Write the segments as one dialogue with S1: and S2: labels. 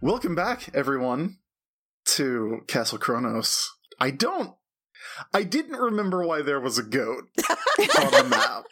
S1: Welcome back, everyone, to Castle Kronos. I don't. I didn't remember why there was a goat on the map.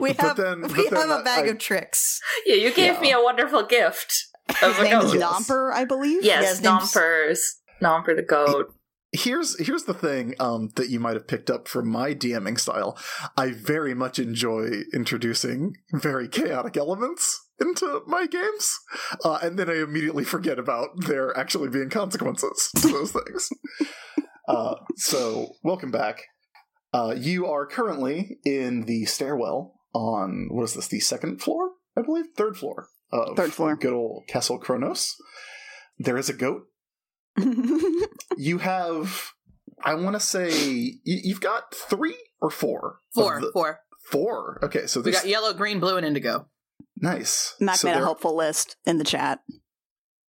S2: We
S1: But
S2: have
S1: then-
S2: we
S1: but then
S2: have a bag
S1: I-
S2: of tricks.
S3: Yeah, you gave
S1: Yeah.
S3: me a wonderful gift. Of
S4: His
S3: a
S4: name is
S3: goat.
S1: oh, Yes.
S4: Domper, I believe.
S2: Yeah,
S3: oh, Yes,
S2: his name's-
S3: Nompers. Nomper the goat.
S1: Here's here's the thing um, that you might have picked up from my DMing style. I very much enjoy introducing very chaotic elements into my games, uh, and then I immediately forget about there actually being consequences to those things. Uh, so, welcome back. Uh, you are currently in the stairwell on what is this? The second floor, I believe, third floor. Of
S4: Third floor.
S1: Good old Castle Kronos. There is a goat you have i want to say you, you've got three or four of
S5: Four,
S1: the-
S5: four.
S1: four okay so
S5: We
S1: there's
S5: got yellow, green, blue, and indigo.
S1: nice
S4: Mac
S1: so
S4: made a
S1: there-
S4: helpful list in the chat.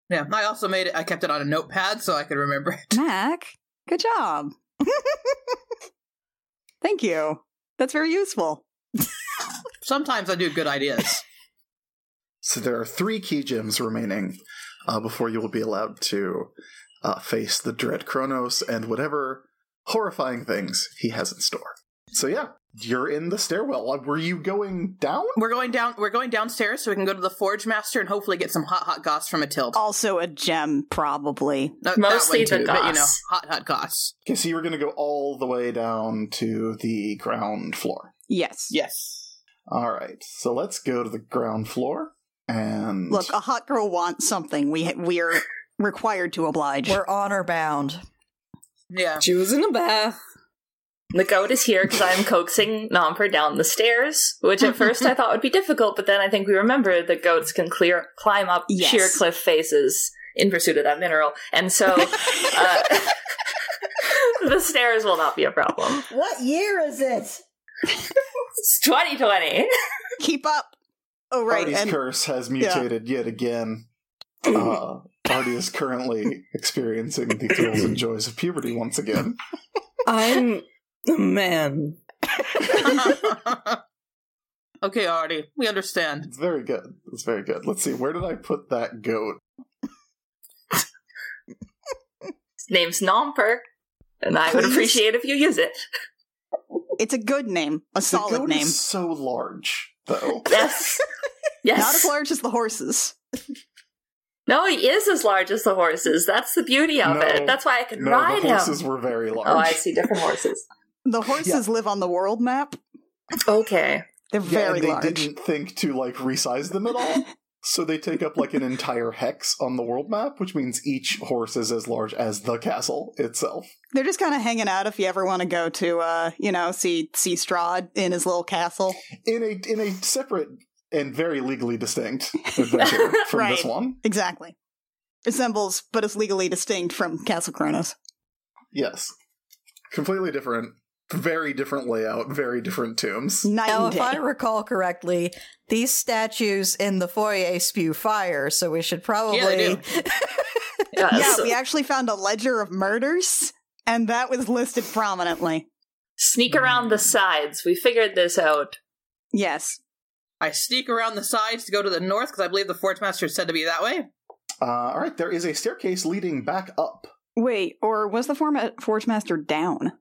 S5: Yeah, I also made it. I kept it on a notepad so I could remember it.
S4: Mac, good job. Thank you. That's very useful.
S5: Sometimes I do good ideas.
S1: so there are three key gems remaining uh, before you will be allowed to uh, face the dread kronos and whatever horrifying things he has in store so yeah you're in the stairwell Uh, were you going down
S5: We're going down. We're going downstairs so we can go to the Forge Master and hopefully get some hot, hot goss from Matilda.
S4: Also a gem, probably.
S5: No, that
S3: Oh, Mostly
S5: one
S3: the
S5: too, but you know,
S3: goss.
S5: hot, hot goss.
S1: okay so you were going to go all the way down to the ground floor
S4: Yes.
S5: Yes.
S1: all right so let's go to the ground floor and
S4: Look, a hot girl wants something. We we're required to oblige.
S2: We're honor bound.
S5: Yeah.
S6: She was in a bath.
S3: The goat is here because I'm coaxing Nomper down the stairs, which at first I thought would be difficult, but then I think we remembered that goats can clear climb up
S4: Yes.
S3: sheer cliff faces in pursuit of that mineral, and so uh, the stairs will not be a problem.
S7: What year is it?
S3: It's 2020.
S4: Keep up. Oh right,
S1: Artie's
S4: and
S1: curse has mutated yet again. Uh, Artie is currently experiencing the thrills and joys of puberty once again.
S6: I'm a man.
S5: okay, Artie, we understand.
S1: It's very good. It's very good. Let's see. Where did I put that goat?
S3: His name's Nomper, and I would
S1: Please.
S3: appreciate if you use it.
S4: it's a good name, a
S1: the
S4: solid
S1: goat
S4: name.
S1: is so large, though.
S3: Yes, yes.
S4: Not as large as the horses.
S3: no, he is as large as the horses. That's the beauty of
S1: No.
S3: it. That's why I could
S1: No,
S3: ride
S1: the horses
S3: him.
S1: were very large.
S3: Oh, I see different horses.
S4: The horses live on the world map.
S3: Okay.
S4: They're
S1: Yeah,
S4: very
S1: and they
S4: large.
S1: didn't think to like resize them at all. So they take up like an entire hex on the world map, which means each horse is as large as the castle itself.
S4: They're just kind of hanging out if you ever want to go to, uh, you know, see see Strahd in his little castle.
S1: in a in a separate and very legally distinct adventure from this
S4: Right.
S1: one.
S4: Exactly. Resembles, but is legally distinct from Castle Kronos.
S1: Yes, completely different, very different layout, very different tombs.
S4: Night
S2: Now,
S4: and
S2: if I
S4: day.
S2: recall correctly, these statues in the foyer spew fire, so we should probably.
S5: Yeah, they
S3: Yes.
S4: yeah, we actually found a ledger of murders, and that was listed prominently.
S3: Sneak around the sides. We figured this out.
S4: Yes.
S5: I sneak around the sides to go to the north because I believe the Forge Master said to be that way.
S1: Uh, all right, there is a staircase leading back up.
S4: Wait, or was the format Forge Master down?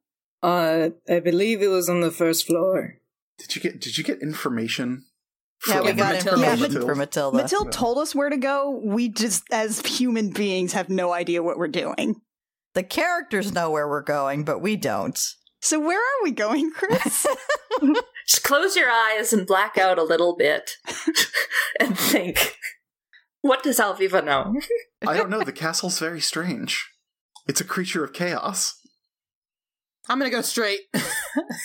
S6: Uh, I believe it was on the first floor.
S1: Did you get Did you get information?
S2: yeah, we
S1: from-
S2: got
S5: Matilda.
S2: information
S1: Yeah,
S2: for Matilda.
S4: Matilda told us where to go. We just, as human beings, have no idea what we're doing.
S2: the characters know where we're going, but we don't.
S4: So where are we going, Chris?
S3: Just close your eyes and black out a little bit and think. What does Alviva know?
S1: I don't know. The castle's very strange. It's a creature of chaos.
S5: I'm gonna go straight.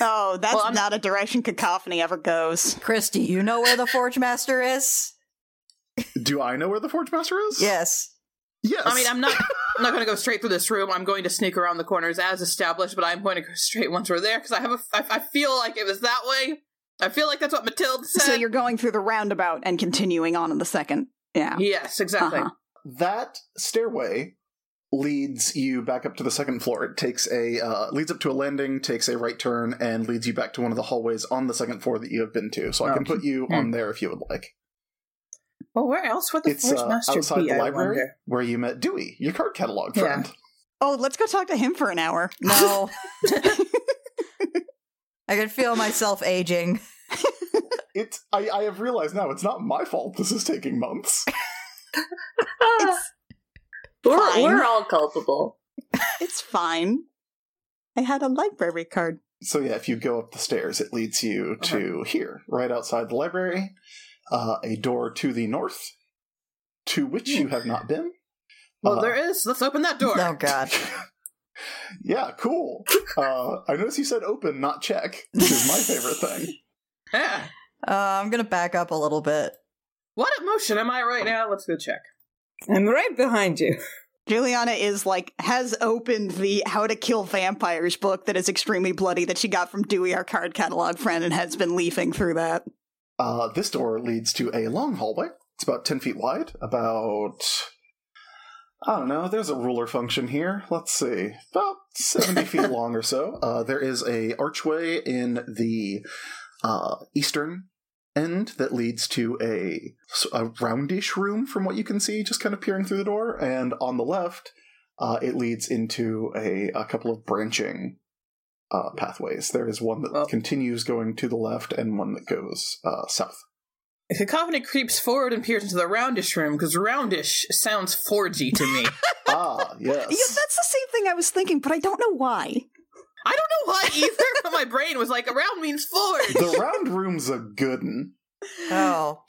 S4: oh, that's
S5: Well, I'm-
S4: not a direction cacophony ever goes.
S2: Christy, you know where the Forge Master is?
S1: Do I know where the Forge Master is?
S2: Yes.
S1: Yes.
S5: I mean, I'm not. I'm not going to go straight through this room. I'm going to sneak around the corners as established, but I'm going to go straight once we're there because I have a. I, I feel like it was that way. I feel like that's what Matilda said.
S4: So you're going through the roundabout and continuing on in the second. Yeah.
S5: Yes, exactly.
S4: Uh-huh.
S1: that stairway leads you back up to the second floor. It takes a uh, leads up to a landing, takes a right turn, and leads you
S5: Oh.
S1: back to one of the hallways on the second floor that you have been to. So I can put you on there if you would like.
S5: Well, where else would Hmm. the
S1: It's
S5: Forge
S1: uh,
S5: Master
S1: outside
S5: be?
S1: the
S5: I
S1: library
S5: wonder?
S1: where you met Dewey, your card catalog
S5: Yeah.
S1: friend.
S4: Oh, let's go talk to him for an hour.
S2: No. I could feel myself aging.
S1: It's I, I have realized now it's not my fault this is taking months.
S3: Ah,
S4: It's
S3: we're,
S4: fine.
S3: we're all culpable.
S4: it's fine. I had a library card.
S1: so yeah, if you go up the stairs, it leads you to here, right outside the library, uh, a door to the north, to which
S5: Hmm.
S1: you have not been.
S5: Well,
S1: Uh,
S5: there is. Let's open that door.
S2: Oh god.
S1: Yeah, cool. Uh, I noticed you said open, not check, which is my favorite thing.
S5: Yeah.
S2: Uh, I'm gonna back up a little bit.
S5: What emotion am I right now? Let's go check.
S6: I'm right behind you.
S4: Juliana is like has opened the How to Kill Vampires book that is extremely bloody that she got from Dewey, our card catalog friend, and has been leafing through that.
S1: Uh, this door leads to a long hallway. It's about 10 feet wide, about. I don't know, there's a ruler function here. Let's see. About 70 feet long or so. Uh, there is a archway in the uh, eastern end that leads to a, a roundish room from what you can see, just kind of peering through the door. And on the left, uh, it leads into a, a couple of branching uh, pathways. There is one that
S5: Well-
S1: continues going to the left and one that goes uh, south.
S5: Cacophony creeps forward and peers into the roundish room because roundish sounds forgy to me.
S1: ah, yes.
S4: Yeah, that's the same thing I was thinking, but I don't know why.
S5: I don't know why either, but my brain was like, round means forge.
S1: the round room's a good one.
S2: Oh.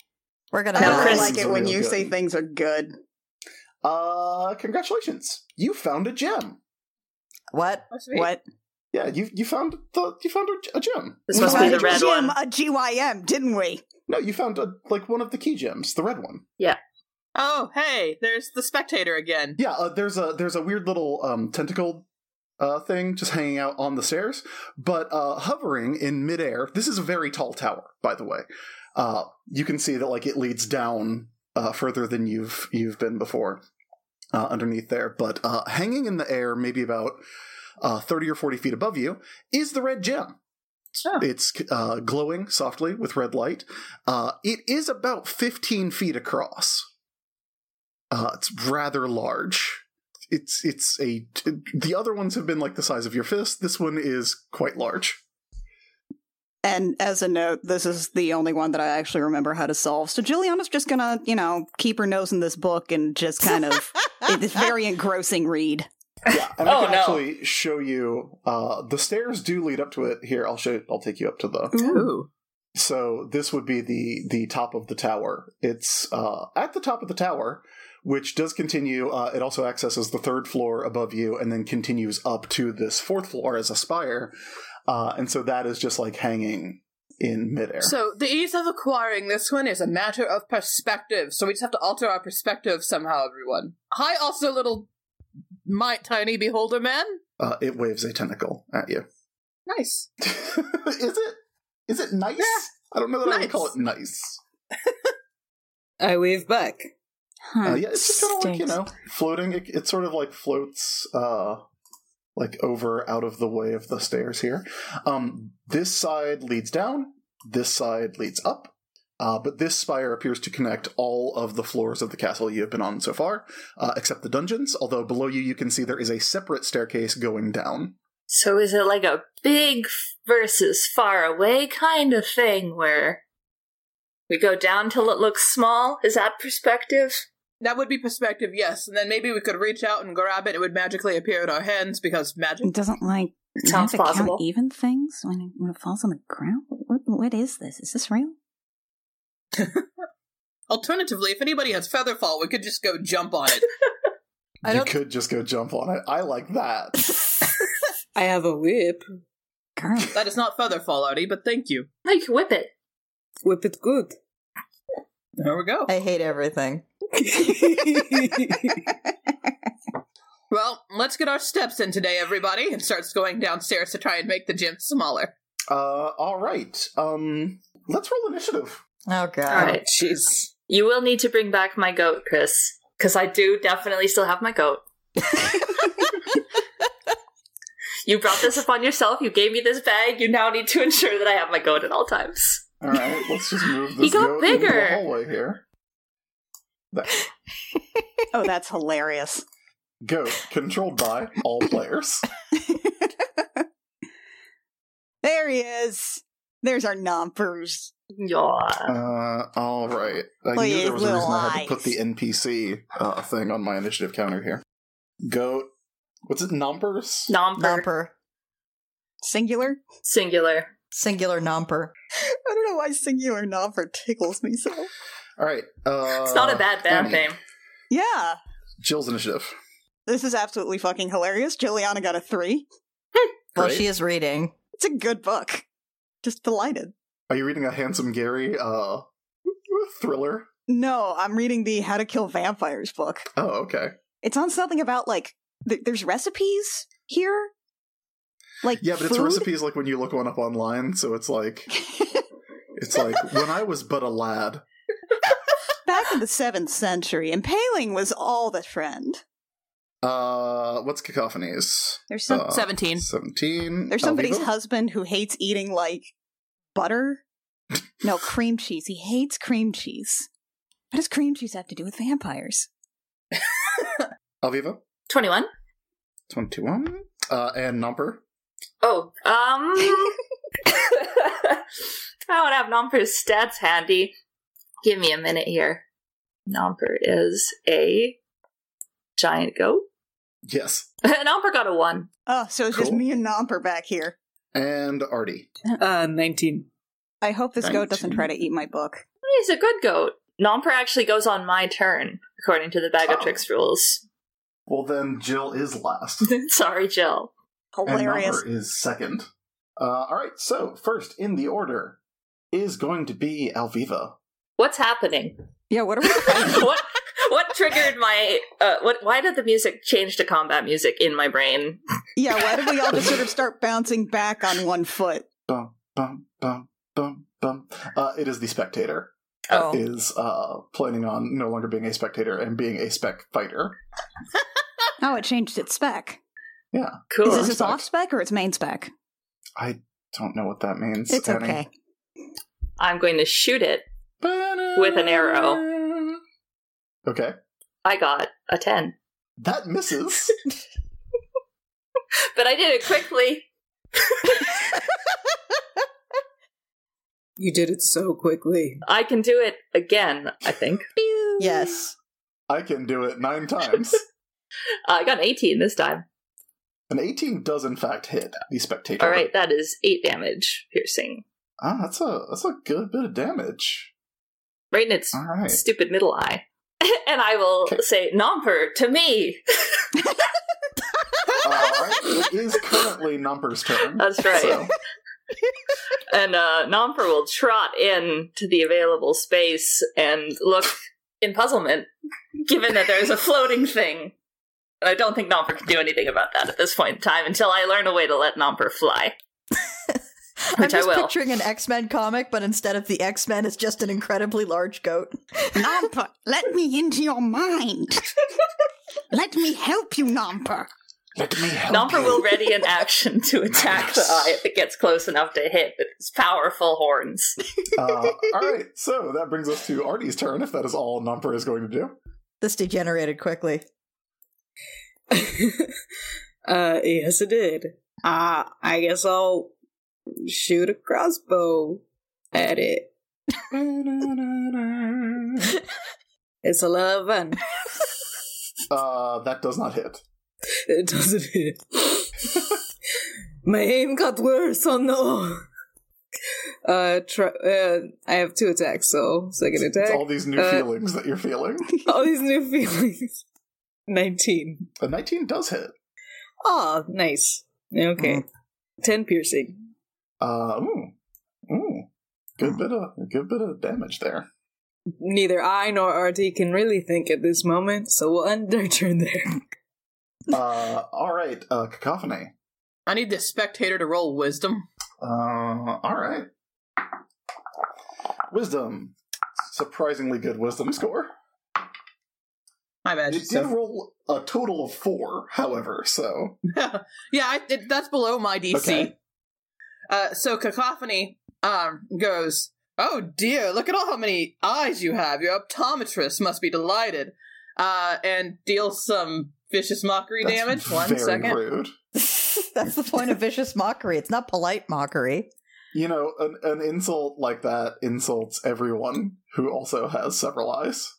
S2: We're gonna
S4: I
S5: Now,
S2: die.
S5: Chris-
S4: like it when you
S1: Good.
S4: say things are good.
S1: Uh, congratulations. You found a gem.
S2: What?
S4: What?
S1: Yeah, you you found the you found a, a gem.
S3: This must be the red
S4: Gym,
S3: one.
S4: a GYM, didn't we?
S1: No, you found a, like one of the key gems, the red one.
S5: Oh, hey, there's the spectator again.
S1: Yeah, uh, there's a there's a weird little um tentacle uh thing just hanging out on the stairs, but uh hovering in midair. This is a very tall tower, by the way. Uh, you can see that like it leads down uh further than you've you've been before uh, underneath there, but uh hanging in the air, maybe about uh, 30 or 40 feet above you is the red gem.
S5: Oh.
S1: It's uh, glowing softly with red light. Uh, it is about 15 feet across. Uh, it's rather large. It's it's a the other ones have been like the size of your fist. This one is quite large.
S4: And as a note, this is the only one that I actually remember how to solve. So Juliana's just gonna, you know, keep her nose in this book and just kind of it's very engrossing read.
S1: Yeah, and I
S3: Oh,
S1: can
S3: no.
S1: actually show you. Uh, the stairs do lead up to it. Here, I'll show. I'll take you up to the.
S3: Mm-hmm.
S5: Ooh.
S1: So this would be the the top of the tower. It's uh, at the top of the tower, which does continue. Uh, it also accesses the third floor above you, and then continues up to this fourth floor as a spire. Uh, and so that is just like hanging in midair.
S5: So, the ease of acquiring this one is a matter of perspective, so we just have to alter our perspective somehow, everyone. Hi, also, little my tiny beholder man.
S1: uh, it waves a tentacle at you.
S5: Nice.
S1: is it? Is it nice?
S5: Yeah.
S1: I don't know that I would
S5: Nice.
S1: call it nice.
S6: I wave back.
S1: Uh, yeah, it's just kind of like you know, floating. It, it sort of like floats, uh, like over out of the way of the stairs here. Um, this side leads down. This side leads up. Uh, but this spire appears to connect all of the floors of the castle you have been on so far, uh, except the dungeons. Although below you, you can see there is a separate staircase going down.
S3: So is it like a big versus far away kind of thing where we go down till it looks small? Is that perspective?
S5: That would be perspective, yes. And then maybe we could reach out and grab it. It would magically appear in our hands because magic.
S7: It doesn't like
S3: It sounds
S7: does it count
S3: plausible.
S7: even things when it, when it falls on the ground. What, what is this? Is this real?
S5: Alternatively, if anybody has featherfall, we could just go jump on it.
S2: I
S1: you
S2: don't-
S1: could just go jump on it. I like that.
S6: I have a whip.
S7: Girl,
S5: that is not featherfall, Artie, but thank you.
S3: Oh, you can whip it.
S6: Whip it good.
S5: There we go.
S2: I hate everything.
S5: Well, let's get our steps in today, everybody, and starts going downstairs to try and make the gym smaller.
S1: Uh, all right. Um, let's roll initiative.
S2: Oh god.
S3: All right.
S6: Jeez.
S3: You will need to bring back my goat, Chris, because I do definitely still have my goat. you brought this upon yourself. You gave me this bag. You now need to ensure that I have my goat at all times.
S1: All right, let's just move
S3: He
S1: this
S3: got
S1: goat into the
S3: bigger.
S1: hallway here. There.
S4: Oh, that's hilarious.
S1: Goat, controlled by all players.
S4: There he is. There's our numbers.
S3: Yeah.
S1: Uh, all right. I
S4: Please,
S1: knew there was a reason
S4: little
S1: I had to put
S4: eyes.
S1: the NPC uh, thing on my initiative counter here. Goat. What's it? Numbers?
S3: Nomper.
S2: Nomper.
S4: Singular?
S3: Singular.
S2: Singular nomper.
S4: I don't know why singular number tickles me so.
S1: All right. Uh,
S3: It's not a bad band
S1: Annie,
S3: name.
S4: Yeah.
S1: Jill's initiative.
S4: This is absolutely fucking hilarious. Juliana got a three.
S2: Well,
S1: Great.
S2: she is reading.
S4: It's a good book. Just delighted.
S1: Are you reading a Handsome Gary uh, thriller?
S4: No, I'm reading the How to Kill Vampires book.
S1: Oh, okay.
S4: It's on something about like th- there's recipes here. Like
S1: Yeah, but it's
S4: food?
S1: recipes like when you look one up online, so it's like it's like when I was but a lad.
S4: Back in the seventh century, impaling was all the trend.
S1: Uh what's cacophonies?
S4: There's some
S1: Uh,
S5: 17.
S1: Seventeen.
S4: there's somebody's
S1: Alvivo?
S4: husband who hates eating like butter. no, cream cheese. He hates cream cheese.
S7: What does cream cheese have to do with vampires?
S1: Alviva?
S3: 21.
S1: Twenty one. Uh and Nomper.
S3: Oh, um. I don't have Nomper's stats handy. Give me a minute here. Nomper is a giant goat.
S1: Yes.
S3: Nomper got a 1.
S4: Oh, so it's just
S1: Cool.
S4: me and Nomper back here.
S1: And Artie.
S6: Uh, 19.
S4: I hope this goat doesn't
S1: Nineteen.
S4: try to eat my book.
S3: He's a good goat. Nomper actually goes on my turn, according to the Bag of
S1: Oh.
S3: Tricks rules.
S1: Well then Jill is last.
S3: Sorry, Jill.
S4: Hilarious.
S1: And Nomper is second. Uh alright, so first in the order is going to be Alviva.
S3: What's happening?
S4: Yeah, what are we
S3: what what triggered my uh, what why did the music change to combat music in my brain?
S4: Yeah, why did we all just sort of start bouncing back on one foot?
S1: Bum bum bum bum bum. Uh it is the spectator.
S2: Oh,
S1: is uh, planning on no longer being a spectator and being a spec fighter.
S7: Oh, it changed its spec.
S1: Yeah,
S3: Cool.
S7: Is
S1: Or
S7: this its
S1: spec.
S7: off spec or its main spec?
S1: I don't know what that means.
S7: It's
S1: Annie.
S7: okay.
S3: I'm going to shoot it. With an arrow.
S1: Okay,
S3: I got a 10.
S1: that misses.
S3: But I did it quickly.
S6: You did it so quickly.
S3: I can do it again, I think.
S2: yes.
S1: I can do it nine times.
S3: Uh, I got an 18 this time.
S1: An eighteen does in fact hit the spectator.
S3: All right, that is 8 damage piercing.
S1: ah, that's a that's a good bit of damage.
S3: Right in its
S1: All right,
S3: stupid middle eye. and I will
S1: Okay.
S3: say, Nomper, to me!
S1: all right. Uh, It is currently Numper's turn.
S3: That's right.
S1: So,
S3: And uh, Nomper will trot in to the available space and look in puzzlement, given that there's a floating thing. And I don't think Nomper can do anything about that at this point in time until I learn a way to let Nomper fly.
S2: I'm
S3: Which I
S2: just
S3: will.
S2: picturing an X Men comic, but instead of the X Men, it's just an incredibly large goat.
S4: Nomper, let me into your mind. let me help you, Nomper.
S1: let me help.
S3: Nomper
S1: you.
S3: will ready in action to attack the eye if it gets close enough to hit with its powerful horns.
S1: Uh, all right, so that brings us to Artie's turn. If that is all Numper is going to do.
S2: This degenerated quickly.
S6: uh, yes, it did. Uh, I guess I'll shoot a crossbow at it. It's 11.
S1: Uh, that does not hit.
S6: It doesn't hit. My aim got worse, oh no! Uh, try, uh, I have two attacks, so second
S1: It's
S6: attack.
S1: all these new
S6: Uh,
S1: feelings that you're feeling.
S6: all these new feelings. 19.
S1: A 19 does hit.
S6: Oh, nice. Okay.
S1: Mm-hmm.
S6: 10 piercing.
S1: Uh, ooh, ooh,
S5: Hmm.
S1: good bit of good bit of damage there.
S6: Neither I nor RT can really think at this moment, so we'll end our turn there.
S1: Uh, all right, uh, cacophony.
S5: I need this spectator to roll wisdom.
S1: Uh, all right, wisdom. Surprisingly good wisdom score.
S5: My bad.
S1: It did roll a total of four, however. So
S5: yeah, I, it, that's below my DC.
S1: Okay.
S5: Uh, so cacophony um, goes. Oh dear, look at all how many eyes you have. Your optometrist must be delighted. Uh, and deal some vicious mockery
S1: That's
S5: damage. One
S1: very
S5: second.
S1: rude.
S2: That's the point of vicious mockery. It's not polite mockery.
S1: You know, an, an insult like that insults everyone who also has several eyes.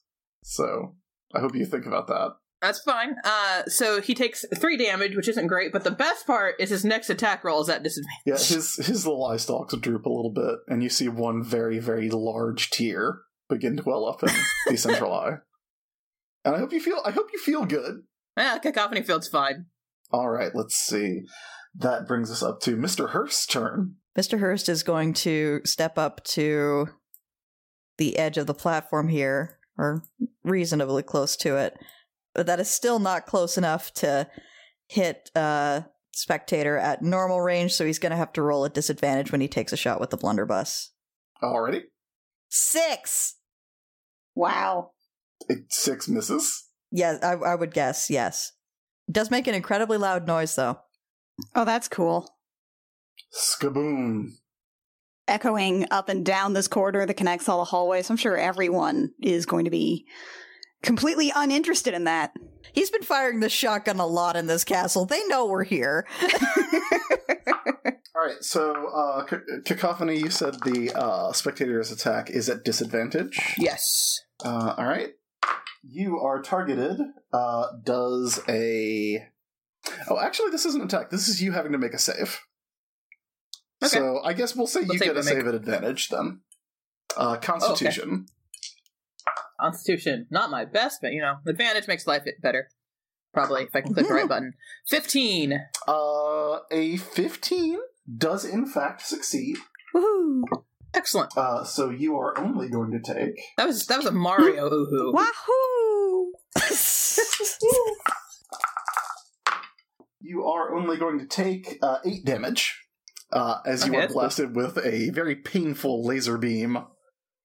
S1: So I hope you think about that.
S5: That's fine. Uh, so he takes three damage, which isn't great, but the best part is his next attack roll is at disadvantage.
S1: Yeah, his his little eye stalks droop a little bit, and you see one very, very large tear begin to well up in the central eye. And I hope you feel I hope you feel good.
S5: Yeah, Ah, cacophony field's fine.
S1: Alright, let's see. That brings us up to Mr. Hurst's turn.
S2: Mr. Hurst is going to step up to the edge of the platform here, or reasonably close to it, but that is still not close enough to hit uh, spectator at normal range. So he's going to have to roll at disadvantage when he takes a shot with the blunderbuss.
S1: Alrighty.
S2: Six.
S4: Wow.
S1: It- Six misses.
S2: Yes, I, I would guess. Yes, it does make an incredibly loud noise though.
S4: Oh, that's cool.
S1: Skaboom.
S4: Echoing up and down this corridor that connects all the hallways. I'm sure everyone is going to be completely uninterested in that.
S2: He's been firing the shotgun a lot in this castle. They know we're here.
S1: All right, so uh, C- cacophony, you said the uh, spectator's attack is at disadvantage.
S5: Yes.
S1: Uh, all right, you are targeted. Uh, does a oh, actually, this isn't an attack. This is you having to make a save.
S5: Okay.
S1: So I guess we'll say you
S5: Let's say
S1: get
S5: we
S1: a
S5: make-
S1: save at advantage then. Uh, Constitution.
S5: Constitution, not my best, but you know, advantage makes life better. Probably, if I can click the right button. 15.
S1: Uh,
S5: Oh,
S1: a fifteen does in fact succeed.
S4: Woohoo!
S5: Excellent.
S1: Uh, so you are only going to take
S5: That was that was a Mario ooh
S4: Wahoo!
S1: You are only going to take uh, eight damage uh, as you
S5: Okay.
S1: are blasted with a very painful laser beam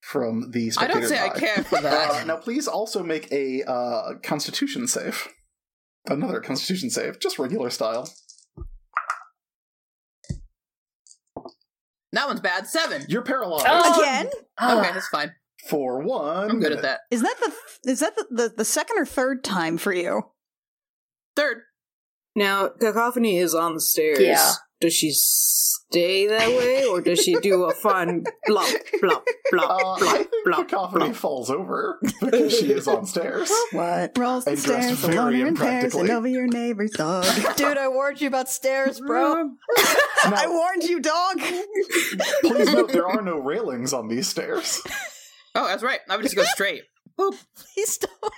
S1: from the
S5: I
S1: spectator.
S5: don't say I
S1: die.
S5: care for
S1: Uh,
S5: that.
S1: now, please also make a uh, Constitution save. Another Constitution save, just regular style.
S5: that one's bad. Seven.
S1: You're paralyzed
S3: Oh.
S4: Again?
S5: Okay, that's fine.
S1: for one.
S5: I'm good
S1: minute.
S5: at that.
S4: Is that the is that the, the, the second or third time for you?
S5: Third.
S6: Now, Cacophony is on the stairs.
S3: Yeah.
S6: Does she stay that way, or does she do a fun blop, blop, blop,
S1: Uh, I
S6: blop,
S1: think
S6: blop,
S1: Cacophony
S6: blop?
S1: falls over because she is on stairs.
S4: What rolls
S1: I
S4: the
S1: dressed
S4: stairs
S1: very
S4: alone in pairs
S1: impractically.
S4: and over your neighbor's dog?
S2: Dude, I warned you about stairs, bro.
S4: I
S1: Now,
S4: warned you, dog.
S1: please note there are no railings on these stairs.
S5: Oh, that's right. I would just go straight. Boop.
S2: Please don't.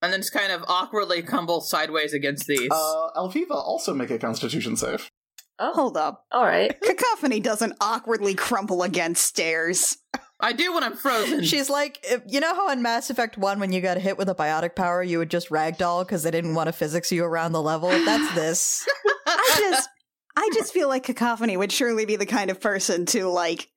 S5: And then just kind of awkwardly cumble sideways against these.
S1: Uh, Alviva also make a Constitution save.
S3: Oh,
S4: Hold up.
S3: all right.
S4: Cacophony doesn't awkwardly crumple against stairs.
S5: I do when I'm frozen.
S2: She's like, if- you know how in Mass Effect 1, when you got hit with a biotic power, you would just ragdoll because they didn't want to physics you around the level? That's this.
S4: I just I just feel like Cacophony would surely be the kind of person to like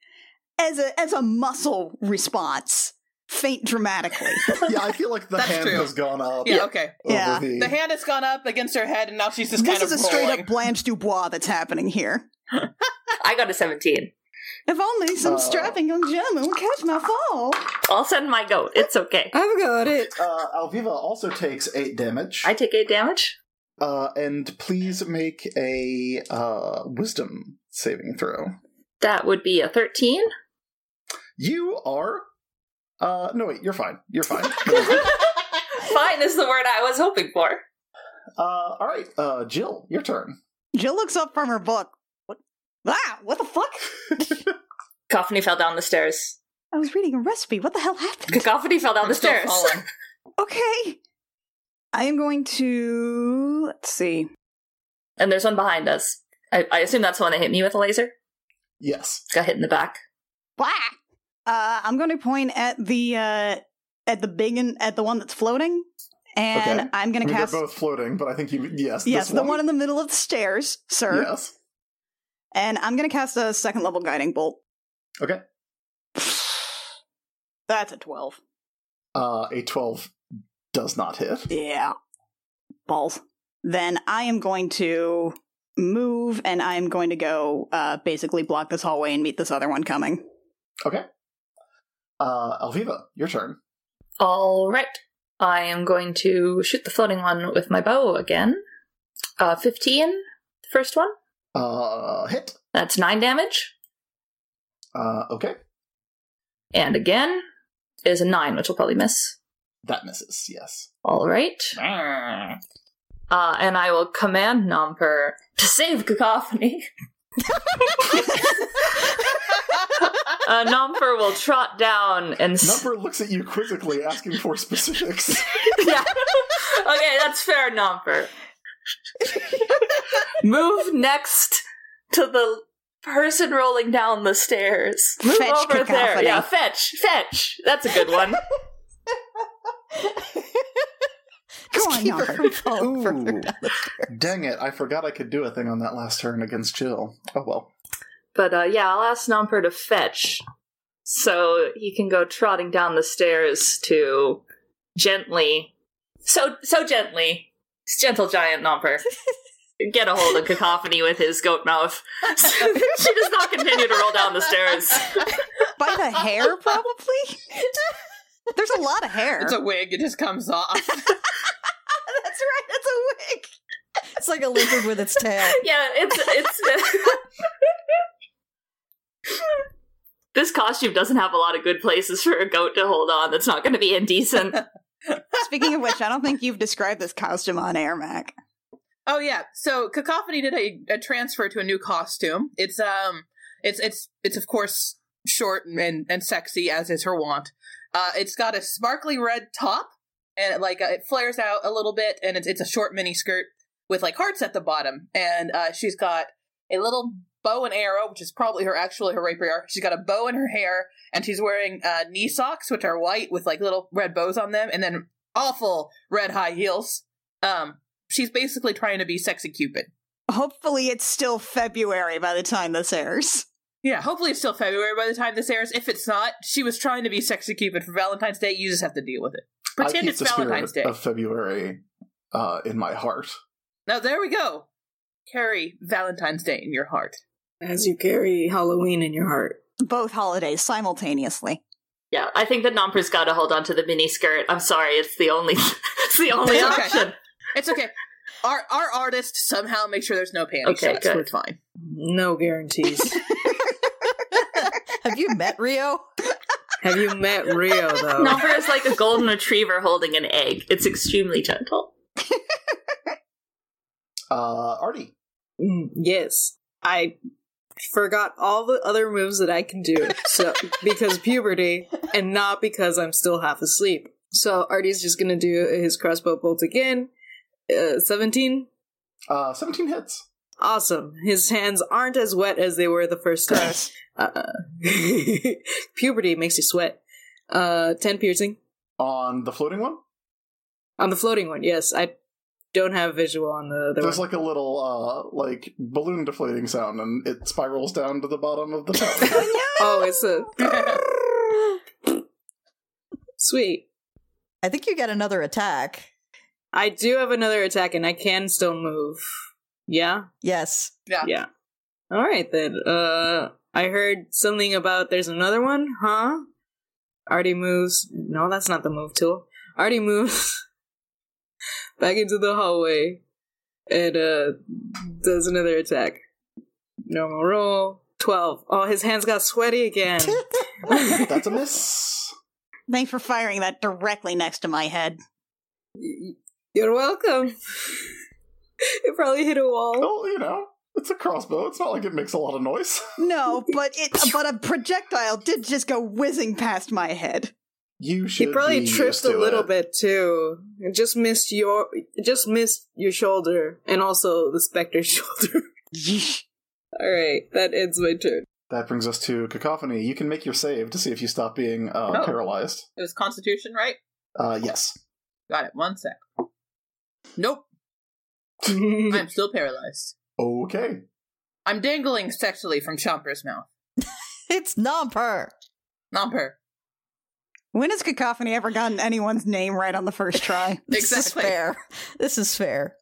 S4: as a as a muscle response faint dramatically.
S1: yeah, I feel like the
S5: That's
S1: hand
S5: true.
S1: has gone up.
S5: yeah, okay.
S1: Over
S4: Yeah.
S1: The,
S5: The hand has gone up against her head, and now she's just
S4: this
S5: kind
S4: is a
S5: of
S4: straight
S5: rolling.
S4: up Blanche Dubois that's happening here.
S3: I got a 17.
S4: If only some
S1: Uh.
S4: strapping young gentleman would catch my fall.
S3: I'll send my goat. It's okay.
S6: I've got it.
S1: Uh, Alviva also takes eight damage.
S3: I take 8 damage.
S1: uh, and please make a uh, wisdom saving throw.
S3: That would be a 13.
S1: You are. Uh, no, wait, you're fine. You're fine. uh,
S3: Fine is the word I was hoping for.
S1: all right, uh, Jill, your turn.
S4: Jill looks up from her book. What? Ah, what the fuck?
S3: Cacophony fell down the stairs.
S4: I was reading a recipe. What the hell happened?
S3: Cacophony fell down
S5: I'm
S3: the
S5: still
S3: stairs.
S5: falling.
S4: Okay. I am going to let's see.
S3: And there's one behind us. I, I assume that's the one that hit me with a laser.
S1: Yes.
S3: Got hit in the back.
S4: Blah. Uh, I'm going to point at the uh, at the big and at the one that's floating, and
S1: Okay.
S4: I'm
S1: I
S4: going to
S1: mean,
S4: cast
S1: They're both floating, but I think you. Yes.
S4: yes,
S1: this
S4: the one in the middle of the stairs, sir.
S1: Yes.
S4: And I'm going to cast a second level guiding bolt.
S1: Okay.
S4: That's a twelve.
S1: Uh, a 12 does not hit.
S4: Yeah. Balls. Then I am going to move, and I am going to go uh, basically block this hallway and meet this other one coming.
S1: Okay. Uh, Alviva, your turn.
S3: All right. I am going to shoot the floating one with my bow again. Uh, 15, the first one.
S1: Uh, hit.
S3: That's 9 damage.
S1: Uh, okay,
S3: And again is a 9, which will probably miss.
S1: that misses. Yes.
S3: All right. Uh, and I will command Nomper to save Cacophony. uh, Nomper will trot down and. s-
S1: Number looks at you quizzically, asking for specifics.
S3: yeah. okay, that's fair, Nomper. Move next to the person rolling down the stairs. Move
S4: Fetch
S3: over there.
S4: Cacophony.
S3: Yeah, fetch, fetch. That's a good one.
S4: Go on,
S2: Keep her
S4: Nomper.
S2: from falling
S1: Ooh,
S2: further.
S1: dang it! I forgot I could do a thing on that last turn against Jill. Oh well.
S3: But uh, yeah, I'll ask Nomper to fetch so he can go trotting down the stairs to gently, so so gently, it's gentle giant Nomper. Get a hold of Cacophony with his goat mouth. she does not continue to roll down the stairs.
S4: By the hair, probably? There's a lot of hair.
S5: It's a wig. It just comes off.
S4: That's right, it's a wig.
S2: It's like a lizard with its tail.
S3: Yeah, it's it's. this costume doesn't have a lot of good places for a goat to hold on. That's not going to be indecent.
S4: Speaking of which, I don't think you've described this costume on air, Mac.
S5: Oh yeah. So Cacophony did a, a transfer to a new costume. It's um it's it's it's of course short and and sexy as is her wont. Uh it's got a sparkly red top and it, like uh, it flares out a little bit and it's it's a short mini skirt with like hearts at the bottom and uh she's got a little bow and arrow which is probably her actually her rapier. She's got a bow in her hair and she's wearing uh knee socks which are white with like little red bows on them and then awful red high heels. Um she's basically trying to be sexy cupid
S4: Hopefully, it's still February by the time this airs.
S5: yeah hopefully it's still february by the time this airs if it's not she was trying to be sexy cupid for valentine's day you just have to deal with it
S1: I
S5: pretend
S1: keep
S5: it's
S1: the spirit
S5: valentine's day
S1: of February uh, in my heart.
S5: now there we go carry valentine's day in your heart
S6: As you carry Halloween in your heart.
S4: Both holidays simultaneously.
S3: Yeah, I think that Nomper's got to hold on to the mini skirt. I'm sorry, it's the only, it's the only
S5: It's okay.
S3: option.
S5: it's okay our our artist somehow make sure there's no panties
S3: Okay,
S5: okay
S3: good.
S5: we're fine
S6: No guarantees.
S2: Have you met Rio?
S6: Have you met Rio though?
S3: Nomper is like a golden retriever holding an egg. It's extremely gentle.
S1: Uh, Artie.
S6: Mm, Yes. I forgot all the other moves that I can do. So because puberty and not because I'm still half asleep. So Artie's just gonna do his crossbow bolt again. Uh, 17.
S1: Uh, 17 hits.
S6: Awesome. His hands aren't as wet as they were the first time. Uh, puberty makes you sweat. Uh, 10 piercing.
S1: On the floating one?
S6: On the floating one, yes. I don't have visual on the other
S1: There's
S6: one.
S1: like a little, uh, like, balloon deflating sound, and it spirals down to the bottom of the tower.
S6: oh, it's a. Sweet.
S2: I think you get another attack.
S6: I do have another attack and I can still move. Yeah?
S2: Yes.
S6: Yeah. Alright then. Uh I heard something about there's another one, huh? Artie moves no, that's not the move tool. Artie moves back into the hallway and uh does another attack. Normal roll. Twelve. Oh his hands got sweaty again.
S1: That's a miss.
S4: Thanks for firing that directly next to my head.
S6: You're welcome. it probably hit a wall.
S1: Well, you know, it's a crossbow. It's not like it makes a lot of noise.
S4: No, but it but a projectile did just go whizzing past my head.
S1: You should.
S6: He probably
S1: be used
S6: tripped
S1: to
S6: a little
S1: it.
S6: bit too. It just missed your it just missed your shoulder and also the specter's shoulder.
S4: Yeesh.
S6: All right, that ends my turn.
S1: That brings us to cacophony. You can make your save to see if you stop being uh,
S5: Oh.
S1: paralyzed.
S5: it was constitution right
S1: Uh, yes.
S5: got it one sec nope
S1: Mm-hmm.
S5: i'm still paralyzed
S1: Okay.
S5: i'm dangling sexually from chomper's mouth
S2: It's Nomper.
S5: nomper
S4: When has Cacophony ever gotten anyone's name right on the first try?
S2: This
S5: Exactly.
S2: is fair. This is fair.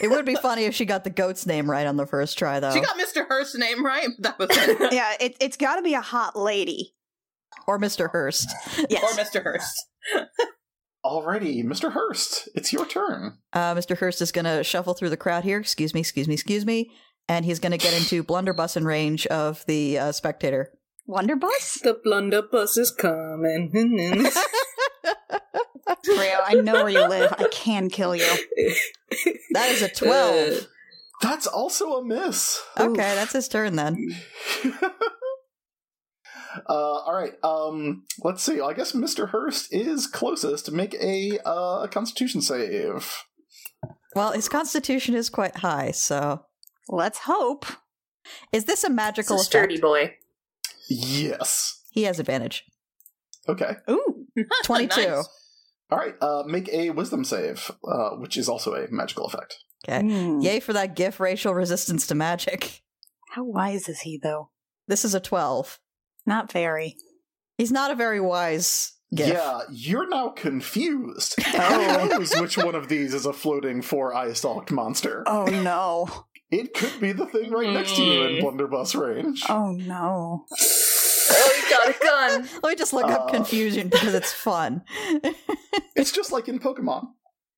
S2: It would be funny if she got the goat's name right on the first
S1: Oh.
S2: try, though.
S5: she got mr hurst's name right that was it
S4: yeah, it, it's got to be a hot lady.
S2: Or Mr. Hurst.
S5: Or Mr. Hurst.
S1: Alrighty, Mr. Hurst, it's your turn.
S2: Uh, Mr. Hurst is going to shuffle through the crowd here. Excuse me, excuse me, excuse me. And he's going to get into blunderbuss in range of the uh, spectator.
S4: Wonderbus?
S6: The blunderbuss is coming.
S4: Rio, I know where you live. I can kill you.
S2: That is a 12.
S1: That's also a miss.
S2: okay, that's his turn then.
S1: uh, all right. Uh, Um, let's see. I guess Mr. Hurst is closest. Make a uh, Constitution save.
S2: Well, his constitution is quite high, so.
S4: Let's hope.
S2: Is this a
S3: It's
S2: magical
S3: a
S2: effect?
S3: sturdy boy.
S1: Yes.
S2: He has advantage.
S1: Okay.
S4: Ooh.
S2: 22.
S5: Nice.
S1: All right. Uh, make a Wisdom save, uh, which is also a magical effect.
S2: Okay.
S4: Hmm.
S2: Yay for that GIF racial resistance to magic.
S4: How wise is he, though?
S2: This is a 12.
S4: Not very.
S2: He's not a very wise GIF.
S1: Yeah, you're now confused.
S4: Oh.
S1: Who knows which one of these is a floating four-eye stalked monster?
S4: Oh, no.
S1: It could be the thing right next to you in
S3: Mm.
S1: blunderbuss range.
S4: Hmm. Oh, no.
S3: Oh, he's got a gun.
S2: Let me just look up
S4: Oh.
S1: Uh.
S2: confusion because it's fun.
S1: It's just like in Pokemon.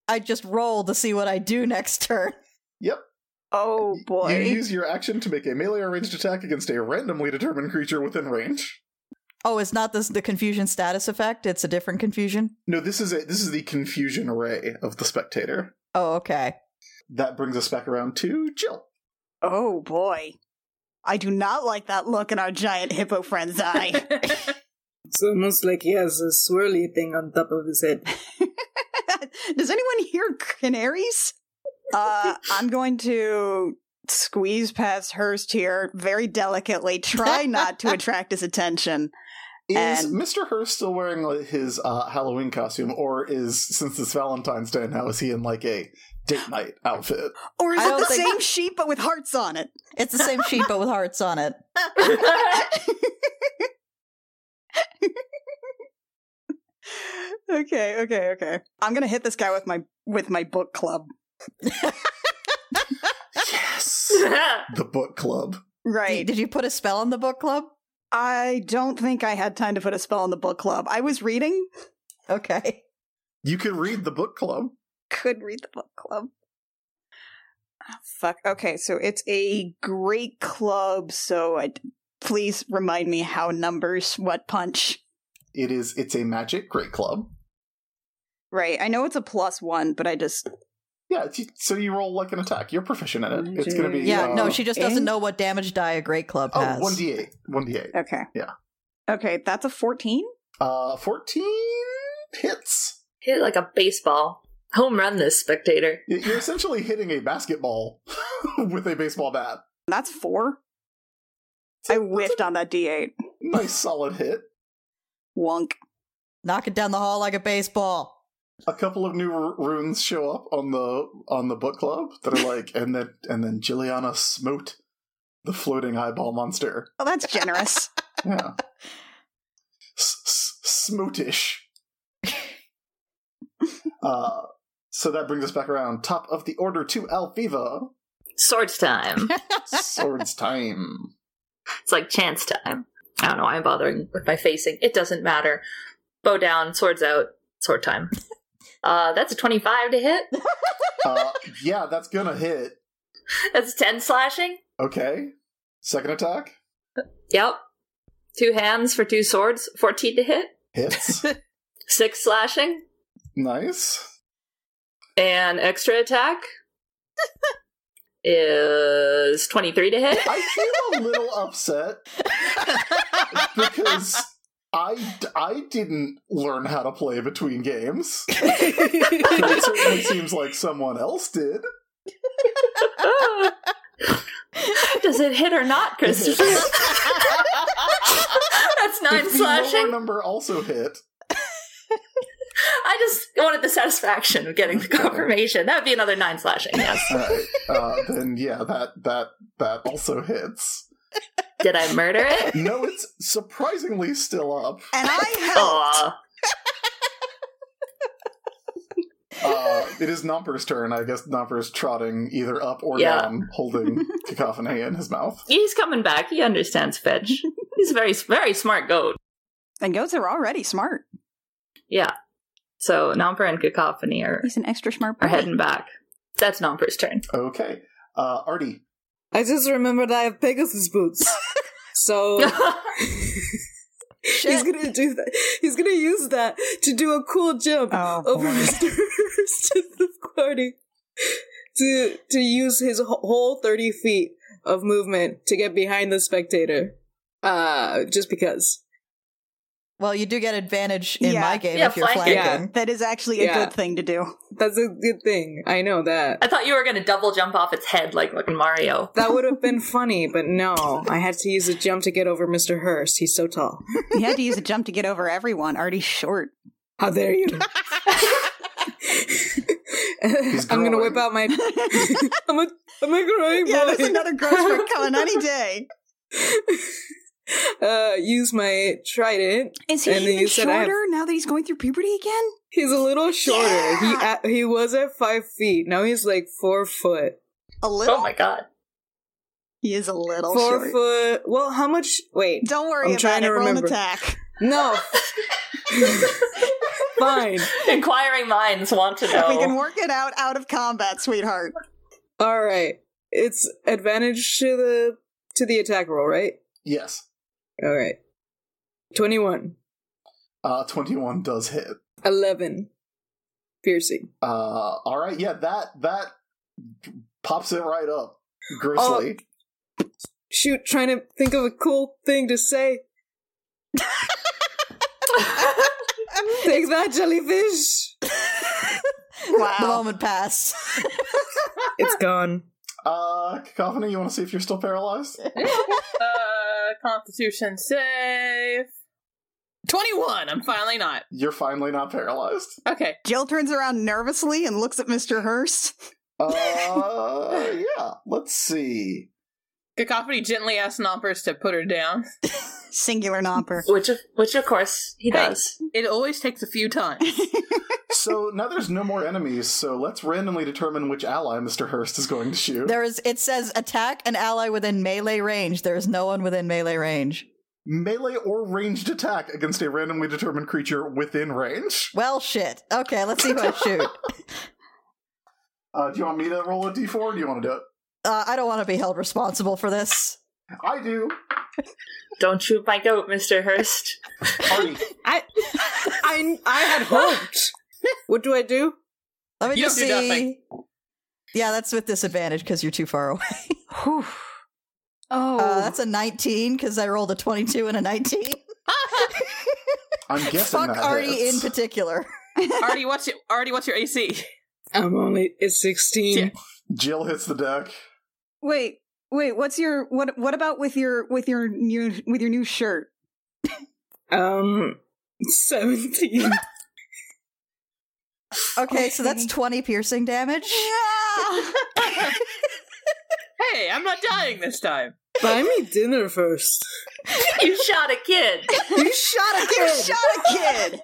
S2: I just roll to see what I do next turn.
S1: Yep.
S4: Oh,
S1: You
S4: boy.
S1: use your action to make a melee or ranged attack against a randomly determined creature within range.
S2: Oh, it's not this the confusion status effect. It's a different confusion.
S1: No, this is it. This is the confusion array of the spectator.
S2: Oh, okay.
S1: That brings us back around to Jill.
S4: Oh, boy. I do not like that look in our giant hippo friend's eye.
S6: It's almost like he has a swirly thing on top of his head.
S4: Does anyone hear canaries? Uh, I'm going to squeeze past Hurst here very delicately, try not to attract his attention.
S1: Is
S4: And-
S1: Mr. Hurst still wearing like, his uh, Halloween costume, or is since it's Valentine's Day now, is he in like a date night outfit?
S4: Or is
S2: I
S4: it
S2: don't
S4: the
S2: think-
S4: same sheep but with hearts on it?
S2: It's the same sheet but with hearts on it.
S4: okay, okay, okay. I'm gonna hit this guy with my with my book club.
S1: Yes. the book club.
S4: Right.
S2: Did you put a spell in the book club?
S4: I don't think I had time to put a spell on the book club. I was reading,
S2: Okay.
S1: You could read the book club.
S4: could read the book club. Ah, fuck. Okay, so it's a great club. So I, please remind me how numbers, what punch.
S1: It is. It's a magic great club.
S4: Right. I know it's a plus one, but I just
S1: Yeah. It's, so you roll like an attack. You're proficient in it. It's gonna be.
S2: Yeah.
S1: uh,
S2: no, she just
S4: in-
S2: doesn't know what damage die a great club
S1: Oh,
S2: has.
S1: one d eight. One d eight.
S4: okay.
S1: Yeah.
S4: Okay, that's a fourteen.
S1: Uh, fourteen hits.
S3: Hit like a baseball. Home run this spectator.
S1: Y- You're essentially hitting a basketball with a baseball bat.
S4: That's four. I whiffed on that d8.
S1: Nice solid hit.
S4: Wonk.
S2: Knock it down the hall like a baseball.
S1: A couple of new r- runes show up on the on the book club that are like, and then and then Juliana smote the floating eyeball monster.
S4: Oh, that's generous.
S1: Yeah. S- s- Smotish. uh, so that brings us back around. Top of the order to Alviva.
S3: Swords time.
S1: Swords time.
S3: It's like chance time. I don't know why I'm bothering with my facing. It doesn't matter. Bow down, swords out, sword time. Uh, that's a 25 to hit.
S1: Uh, yeah, that's gonna hit.
S3: That's 10 slashing.
S1: Okay. Second attack
S3: Yep. Two hands for two swords. 14 to hit.
S1: hits.
S3: Six slashing.
S1: nice.
S3: And extra attack is 23 to hit.
S1: I feel a little upset because I, I didn't learn how to play between games. But it certainly seems like someone else did.
S3: Oh. Does it hit or not, Christopher? That's nine
S1: If the lower
S3: slashing.
S1: number also hit.
S3: I just wanted the satisfaction of getting the confirmation. That would be another nine slashing, yes.
S1: All right. Uh, then yeah, that that that also hits.
S3: Did I murder it?
S1: No, it's surprisingly still up.
S4: and I helped.
S3: Aw.
S1: Uh, it is Nomper's turn. I guess Nomper's trotting either up or
S3: Yeah.
S1: down, holding cacophony in his mouth.
S3: He's coming back. He understands fetch. He's a very, very smart goat.
S4: And goats are already smart.
S3: Yeah. So Nomper and Cacophony are,
S4: He's an extra smart
S3: are
S4: boy.
S3: heading back. That's Nomper's turn.
S1: Okay. Uh, Artie.
S6: I just remembered I have Pegasus boots. so he's gonna do that. He's gonna use that to do a cool jump
S4: Oh,
S6: over
S4: boy.
S6: Mr. to the party to to use his wh- whole thirty feet of movement to get behind the spectator. Uh, just because.
S2: Well, you do get advantage in
S4: Yeah.
S2: my game
S3: Yeah,
S2: if you're
S3: flanking.
S2: flanking.
S4: That is actually a
S6: Yeah.
S4: good thing to do.
S6: That's a good thing. I know that.
S3: I thought you were going to double jump off its head like fucking Mario.
S6: That would have been funny, but no. I had to use a jump to get over Mr. Hurst. He's so tall.
S4: You had to use a jump to get over everyone. Artie's short.
S6: How dare you? I'm gonna
S1: growing.
S6: whip out my. I'm a. I'm a growing
S4: Yeah,
S6: boy.
S4: there's another growth spurt coming any day.
S6: uh, use my trident.
S4: Is he
S6: And then
S4: even
S6: you said I have-
S4: shorter now that he's going through puberty again?
S6: He's a little shorter. He at, he was at five feet. Now he's like four foot.
S4: A little.
S3: Oh my god.
S4: He is a little
S6: four
S4: short.
S6: foot. Well, how much? Wait.
S4: Don't worry
S6: I'm
S4: about
S6: trying
S4: it.
S6: to
S4: Roll an
S6: remember.
S4: attack.
S6: No. Fine.
S3: Inquiring minds want to know.
S4: We can work it out out of combat, sweetheart.
S6: All right. It's advantage to the to the attack roll, right?
S1: Yes.
S6: All right. Twenty one.
S1: Uh, 21 does hit.
S6: Eleven. Piercing.
S1: Uh, all right. Yeah, that that pops it right up. Grizzly.
S6: Shoot, trying to think of a cool thing to say. Take that, jellyfish.
S2: The moment passed.
S6: It's gone.
S1: Uh, Cacophony, you want to see if you're still paralyzed?
S5: uh, Constitution save. 21. I'm finally not.
S1: You're finally not paralyzed.
S5: Okay.
S4: Jill turns around nervously and looks at Mr. Hurst.
S1: Uh, yeah. Let's see.
S5: Cacophony gently asks Nompers to put her down.
S4: Singular Nomper.
S3: Which of, which of course he
S5: Hey.
S3: does.
S5: It always takes a few times.
S1: So now there's no more enemies, so let's randomly determine which ally Mr. Hurst is going to shoot.
S2: There is. It says attack an ally within melee range. There is no one within melee range.
S1: Melee or ranged attack against a randomly determined creature within range.
S2: Well, shit. Okay, let's see who I shoot.
S1: Uh, do you want me to roll a d4 or do you want to do it?
S2: Uh, I don't want to be held responsible for this.
S1: I do.
S3: Don't shoot my goat, Mr. Hurst.
S1: Artie.
S6: I I I had hoped. What do I do?
S2: Let me
S5: You
S2: just
S5: don't
S2: see.
S5: do nothing.
S2: Yeah, that's with disadvantage because you're too far away.
S4: Oh.
S2: Uh, that's a 19 because I rolled a 22 and a 19.
S1: I'm guessing
S2: Fuck
S1: that
S2: Artie in
S1: hits.
S2: particular.
S5: Artie, what's your Artie, what's your AC?
S6: I'm only it's sixteen.
S1: Jill hits the deck.
S4: wait, wait, what's your what what about with your with your new with your new shirt?
S6: Um seventeen.
S2: Okay, so that's 20 piercing damage.
S5: Hey, I'm not dying this time.
S6: Buy me dinner first.
S3: You shot a kid.
S6: You shot a kid.
S4: Shot a kid!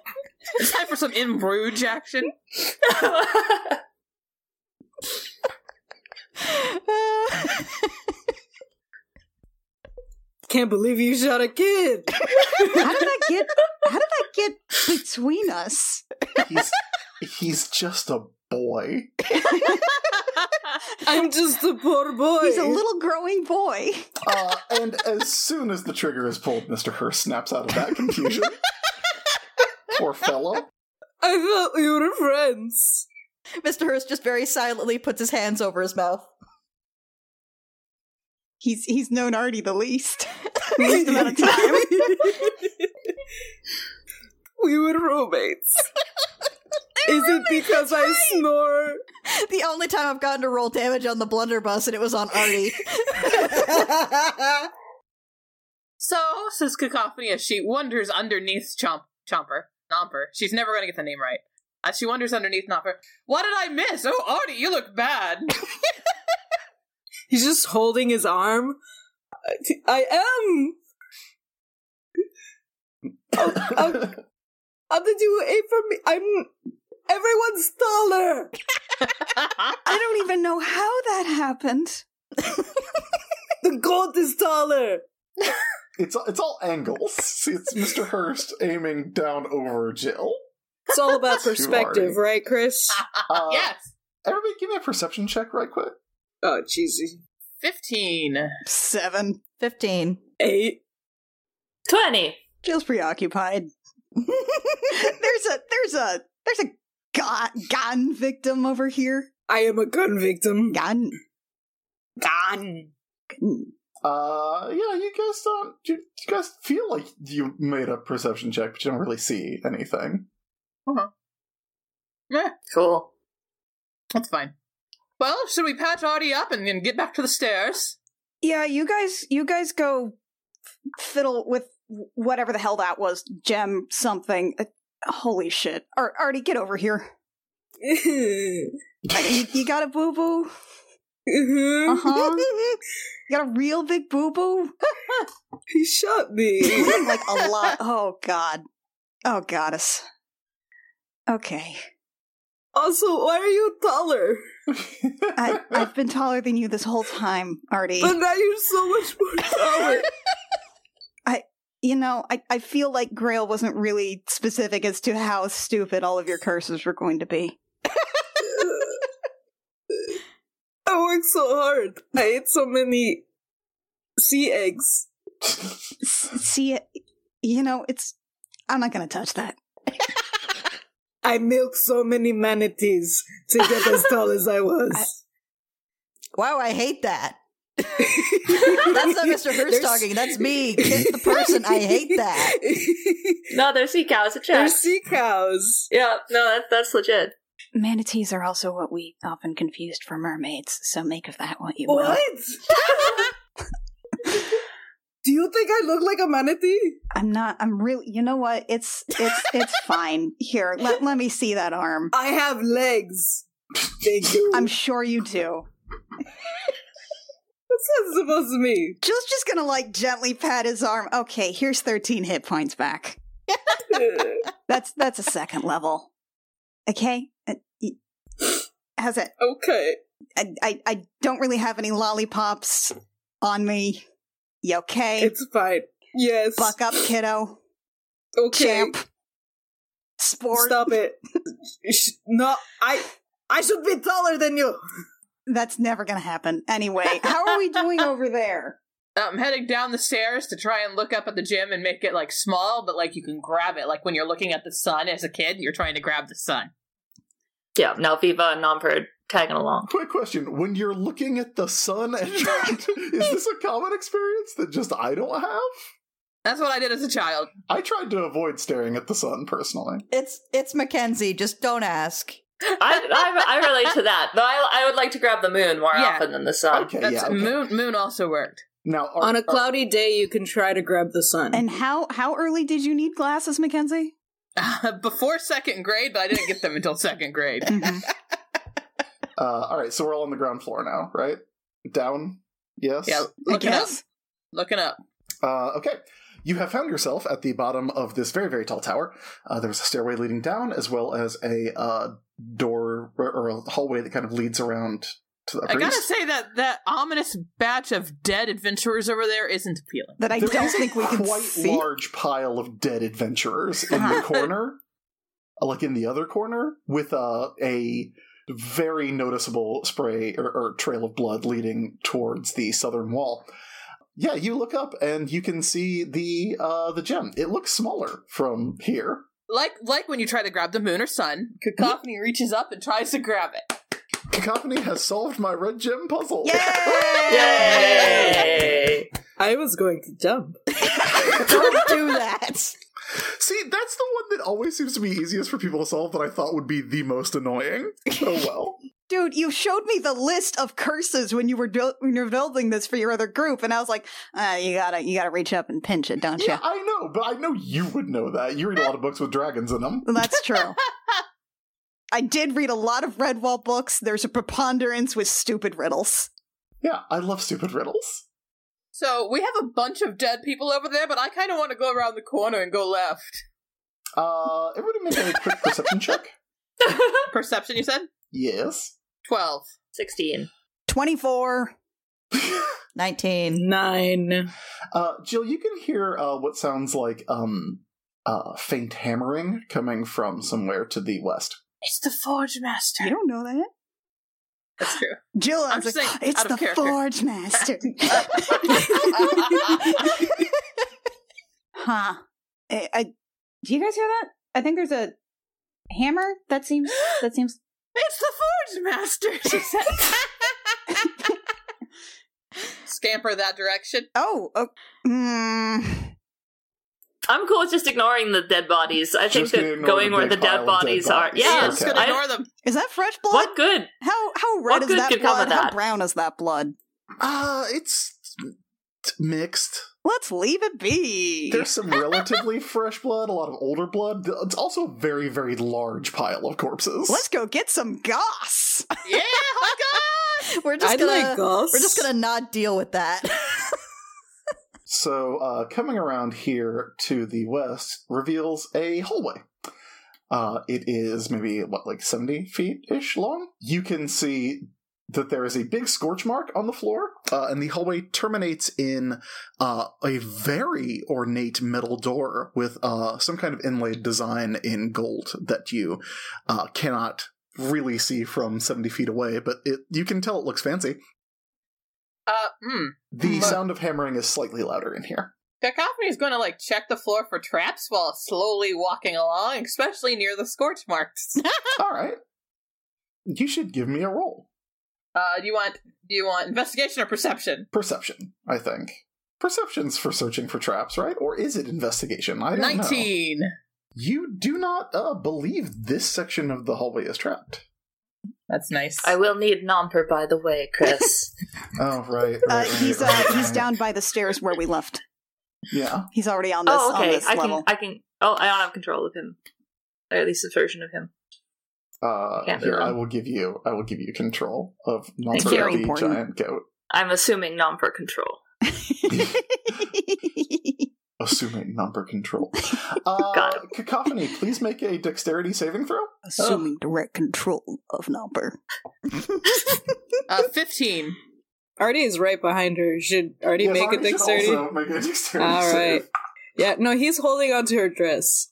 S5: It's time for some in Bruges action.
S6: Can't believe you shot a kid.
S4: How did that get how did that get between us?
S1: He's he's just a boy.
S6: I'm just a poor boy.
S4: He's a little growing boy.
S1: Uh, and as soon as the trigger is pulled, Mr. Hurst snaps out of that confusion. Poor fellow.
S6: I thought we were friends.
S2: Mr. Hurst just very silently puts his hands over his mouth.
S4: He's he's known Artie the least. least amount of time.
S6: we were roommates. Is it because I snore?
S2: The only time I've gotten to roll damage on the blunderbuss, and it was on Artie.
S5: So, says Cacophony as she wonders underneath Chomp Chomper. Nomper. She's never gonna get the name right. As she wonders underneath Nomper, what did I miss? Oh Artie, you look bad.
S6: He's just holding his arm. I am.
S2: Oh,
S6: Um, How did you aim for me? I'm. Everyone's taller.
S4: I don't even know how that happened.
S6: The goat is taller.
S1: It's it's all angles. See, it's Mr. Hurst aiming down over Jill.
S6: It's all about
S1: Too
S6: perspective,
S1: hard.
S6: right, Chris?
S1: Uh,
S5: yes.
S1: Everybody, give me a perception check, right quick.
S6: Oh, cheesy.
S5: 15.
S4: Seven.
S2: 15.
S6: Eight.
S3: 20.
S4: Jill's preoccupied. there's a there's a there's a gun, gun victim over here.
S6: I am a gun victim.
S4: Gun.
S6: Gun.
S1: Uh, yeah, you guys don't. You, you guys feel like you made a perception check, but you don't really see anything.
S5: Eh,
S3: Cool.
S5: that's fine. Well, should we patch Audie up and, and get back to the stairs?
S4: Yeah, you guys you guys go f- fiddle with whatever the hell that was. Gem something. Uh, holy shit. Ar- Artie, get over here. You, you got a boo boo? Uh huh. you got a real big boo boo?
S6: He shot me.
S4: like a lot. Oh god. Oh goddess. Okay.
S6: also, why are you taller?
S4: I, I've been taller than you this whole time, Artie.
S6: But now you're so much more taller.
S4: you know, I, I feel like Grail wasn't really specific as to how stupid all of your curses were going to be.
S6: I worked so hard. I ate so many sea eggs.
S4: S- See, you know, it's. I'm not going to touch that.
S6: I milked so many manatees to get as tall as I was.
S2: Wow, I hate that. That's not Mr. Hurst
S6: There's-
S2: talking. That's me. Kiss the person. I hate that.
S3: No, they're sea cows at
S6: They're
S3: check.
S6: sea cows.
S3: Yeah, no, that, that's legit.
S4: Manatees are also what we often confused for mermaids, so make of that what you will.
S6: What? Do you think I look like a manatee?
S4: I'm not. I'm really. You know what? It's it's it's fine. Here, let let me see that arm.
S6: I have legs. Thank you.
S4: I'm sure you do.
S6: What's that supposed to mean?
S4: Jill's just gonna like gently pat his arm. Okay, here's 13 hit points back. That's that's a second level. Okay, Uh, y- how's it?
S6: okay.
S4: I, I I don't really have any lollipops on me. You okay?
S6: It's fine. Yes.
S4: Buck up, kiddo.
S6: okay.
S4: Champ. Sport.
S6: Stop it. Sh- no, I I should be taller than you.
S4: That's never gonna happen. Anyway, how are we doing over there?
S5: I'm Um, heading down the stairs to try and look up at the gym and make it like small, but like you can grab it. Like when you're looking at the sun as a kid, you're trying to grab the sun.
S3: Yeah, now Viva and Nomford tagging along.
S1: Quick question: When you're looking at the sun, and trying to- is this a common experience that just I don't have?
S5: That's what I did as a child.
S1: I tried to avoid staring at the sun personally.
S2: It's it's Mackenzie. Just don't ask.
S3: I, I, I relate to that, though I, I would like to grab the moon more
S5: Yeah.
S3: often than the sun.
S1: Okay,
S5: That's
S1: yeah. okay.
S5: moon. Moon also worked.
S1: Now, are,
S6: On a
S1: are-
S6: cloudy day, you can try to grab the sun.
S4: And how how early did you need glasses, Mackenzie?
S5: Before second grade, but I didn't get them until second grade.
S1: uh, all right, so we're all on the ground floor now, right? Down. Yes.
S5: Yeah,
S4: I
S5: looking up,
S4: guess.
S5: looking up.
S1: Uh, okay. You have found yourself at the bottom of this very, very tall tower. Uh, there's a stairway leading down, as well as a uh, door or, or a hallway that kind of leads around to the
S5: I
S1: upper
S5: gotta
S1: east.
S5: say that that ominous batch of dead adventurers over there isn't appealing.
S4: That I
S1: There
S4: don't
S1: is a
S4: think we can
S1: quite
S4: see.
S1: large pile of dead adventurers in the corner, uh, like in the other corner, with uh, a very noticeable spray or, or trail of blood leading towards the southern wall. Yeah, you look up and you can see the uh, the gem. It looks smaller from here.
S5: Like like when you try to grab the moon or sun, Cacophony reaches up and tries to grab it.
S1: Cacophony has solved my red gem puzzle.
S3: Yay!
S6: I was going to jump.
S2: Don't do that.
S1: See, that's the one that always seems to be easiest for people to solve that I thought would be the most annoying. Oh well.
S4: Dude, you showed me the list of curses when you were do- when you were building this for your other group, and I was like, uh, "You gotta, you gotta reach up and pinch it, don't you?"
S1: Yeah, I know, but I know you would know that. You read a lot of books with dragons in them.
S4: Well, That's true. I did read a lot of Redwall books. There's a preponderance with stupid riddles.
S1: Yeah, I love stupid riddles.
S5: So we have a bunch of dead people over there, but I kind of want to go around the corner and go left.
S1: Uh, everybody make a quick perception check.
S5: Perception, you said
S1: Yes.
S5: twelve.
S3: 16.
S4: Twenty-four.
S8: 19.
S6: Nine.
S1: Uh, Jill, you can hear uh, what sounds like um, uh, faint hammering coming from somewhere to the west.
S5: It's the Forge Master.
S2: You don't know that.
S5: That's true.
S2: Jill, I
S5: I'm
S2: was
S5: just
S2: like,
S5: saying,
S2: it's
S5: out of
S2: the
S5: character.
S2: Forge Master. huh. I, Eh, I, do you guys hear that? I think there's a hammer. That seems. That seems.
S5: It's the Forge Master, she said. Scamper that direction.
S2: Oh. oh mm,
S3: I'm cool with just ignoring the dead bodies. I think
S1: Just gonna
S3: that
S1: ignore
S3: going
S1: the
S3: where
S1: big
S3: the
S1: pile
S3: dead
S1: of
S3: bodies,
S1: dead
S3: are.
S1: bodies.
S3: Yeah.
S5: I'm just gonna
S3: I-
S5: ignore them.
S2: is that fresh blood?
S3: what good?
S2: How how
S3: What
S2: red is
S3: good
S2: that
S3: could come
S2: blood?
S3: of
S2: How
S3: that?
S2: brown is that blood?
S1: Uh, it's mixed.
S2: Let's leave it be.
S1: There's some relatively fresh blood, a lot of older blood. It's also a very, very large pile of corpses.
S2: Let's go get some goss.
S5: Yeah, oh
S8: We're just
S6: I'd
S8: gonna
S6: like Gus.
S8: we're just gonna not deal with that.
S1: So, uh, coming around here to the west reveals a hallway. Uh, it is maybe, what, like 70 feet ish long? You can see that there is a big scorch mark on the floor, uh, and the hallway terminates in uh, a very ornate metal door with uh, some kind of inlaid design in gold that you uh, cannot really see from 70 feet away, but it, you can tell it looks fancy.
S5: god. Uh, hmm.
S1: The
S5: But-
S1: sound of hammering is slightly louder in here.
S5: Cacophony is going to like check the floor for traps while slowly walking along, especially near the scorch marks.
S1: All right. You should give me a roll.
S5: uh, do you want do you want investigation or perception?
S1: Perception, I think. Perception's for searching for traps, right? Or is it investigation? I don't know.
S5: Nineteen.
S1: You do not uh, believe this section of the hallway is trapped.
S5: That's nice.
S3: I will need Nomper, by the way, Chris.
S1: Oh, right. right,
S2: Uh,
S1: right,
S2: he's uh,
S1: right,
S2: he's
S1: right.
S2: down by the stairs where we left.
S1: Yeah.
S2: He's already on this
S3: oh,
S2: on
S3: okay.
S2: this
S3: I
S2: level.
S3: can. I can. Oh, I don't have control of him, or at least a version of him.
S1: Uh,
S3: Can't
S1: here,
S3: do
S1: I
S3: it.
S1: will give you. I will give you control of
S3: Thank
S1: Nomper
S3: you.
S2: Very
S1: the
S2: important.
S1: giant goat.
S3: I'm assuming Nomper control.
S1: Assuming number control. Uh,
S3: Got
S1: Cacophony, please make a dexterity saving throw.
S3: Oh.
S2: Assuming direct control of number.
S5: Uh, Fifteen.
S6: Artie is right behind her. Should Artie
S1: Yes,
S6: make
S1: Artie
S6: a
S1: should
S6: dexterity?
S1: Also make a dexterity
S6: All
S1: save.
S6: right. Yeah, no, he's holding onto her dress.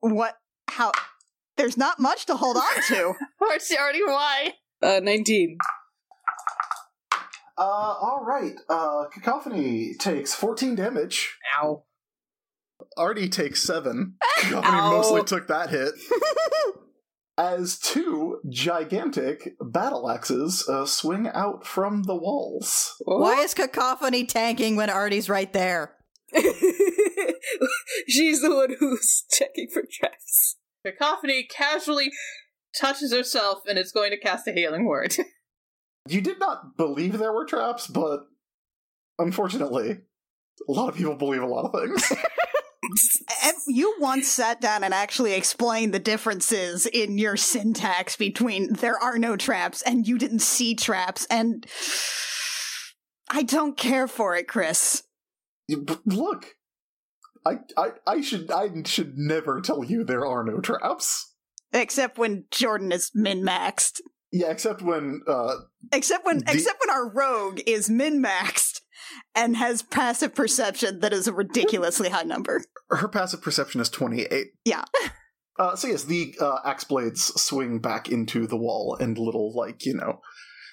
S2: What? How? There's not much to hold on to.
S5: Artie, Artie, why?
S6: Uh, 19.
S1: Uh, all right. Uh, Cacophony takes 14 damage.
S5: Ow.
S1: Artie takes 7. Cacophony mostly took that hit. As two gigantic battle axes uh, swing out from the walls.
S8: Why is cacophony tanking when Artie's right there?
S6: She's the one who's checking for traps.
S5: Oh, Cacophony casually touches herself and is going to cast a healing word.
S1: You did not believe there were traps, but unfortunately, a lot of people believe a lot of things.
S2: And You once sat down and actually explained the differences in your syntax between there are no traps and you didn't see traps, and I don't care for it, Chris.
S1: You- b- Look, I, I, I should, I should never tell you there are no traps.
S2: Except when Jordan is min maxed.
S1: Yeah, except when uh,
S2: Except when
S1: The-
S2: except when our rogue is min maxed and has passive perception that is a ridiculously high number.
S1: her passive perception is 28
S2: Yeah.
S1: uh, so yes the uh, axe blades swing back into the wall and little like you know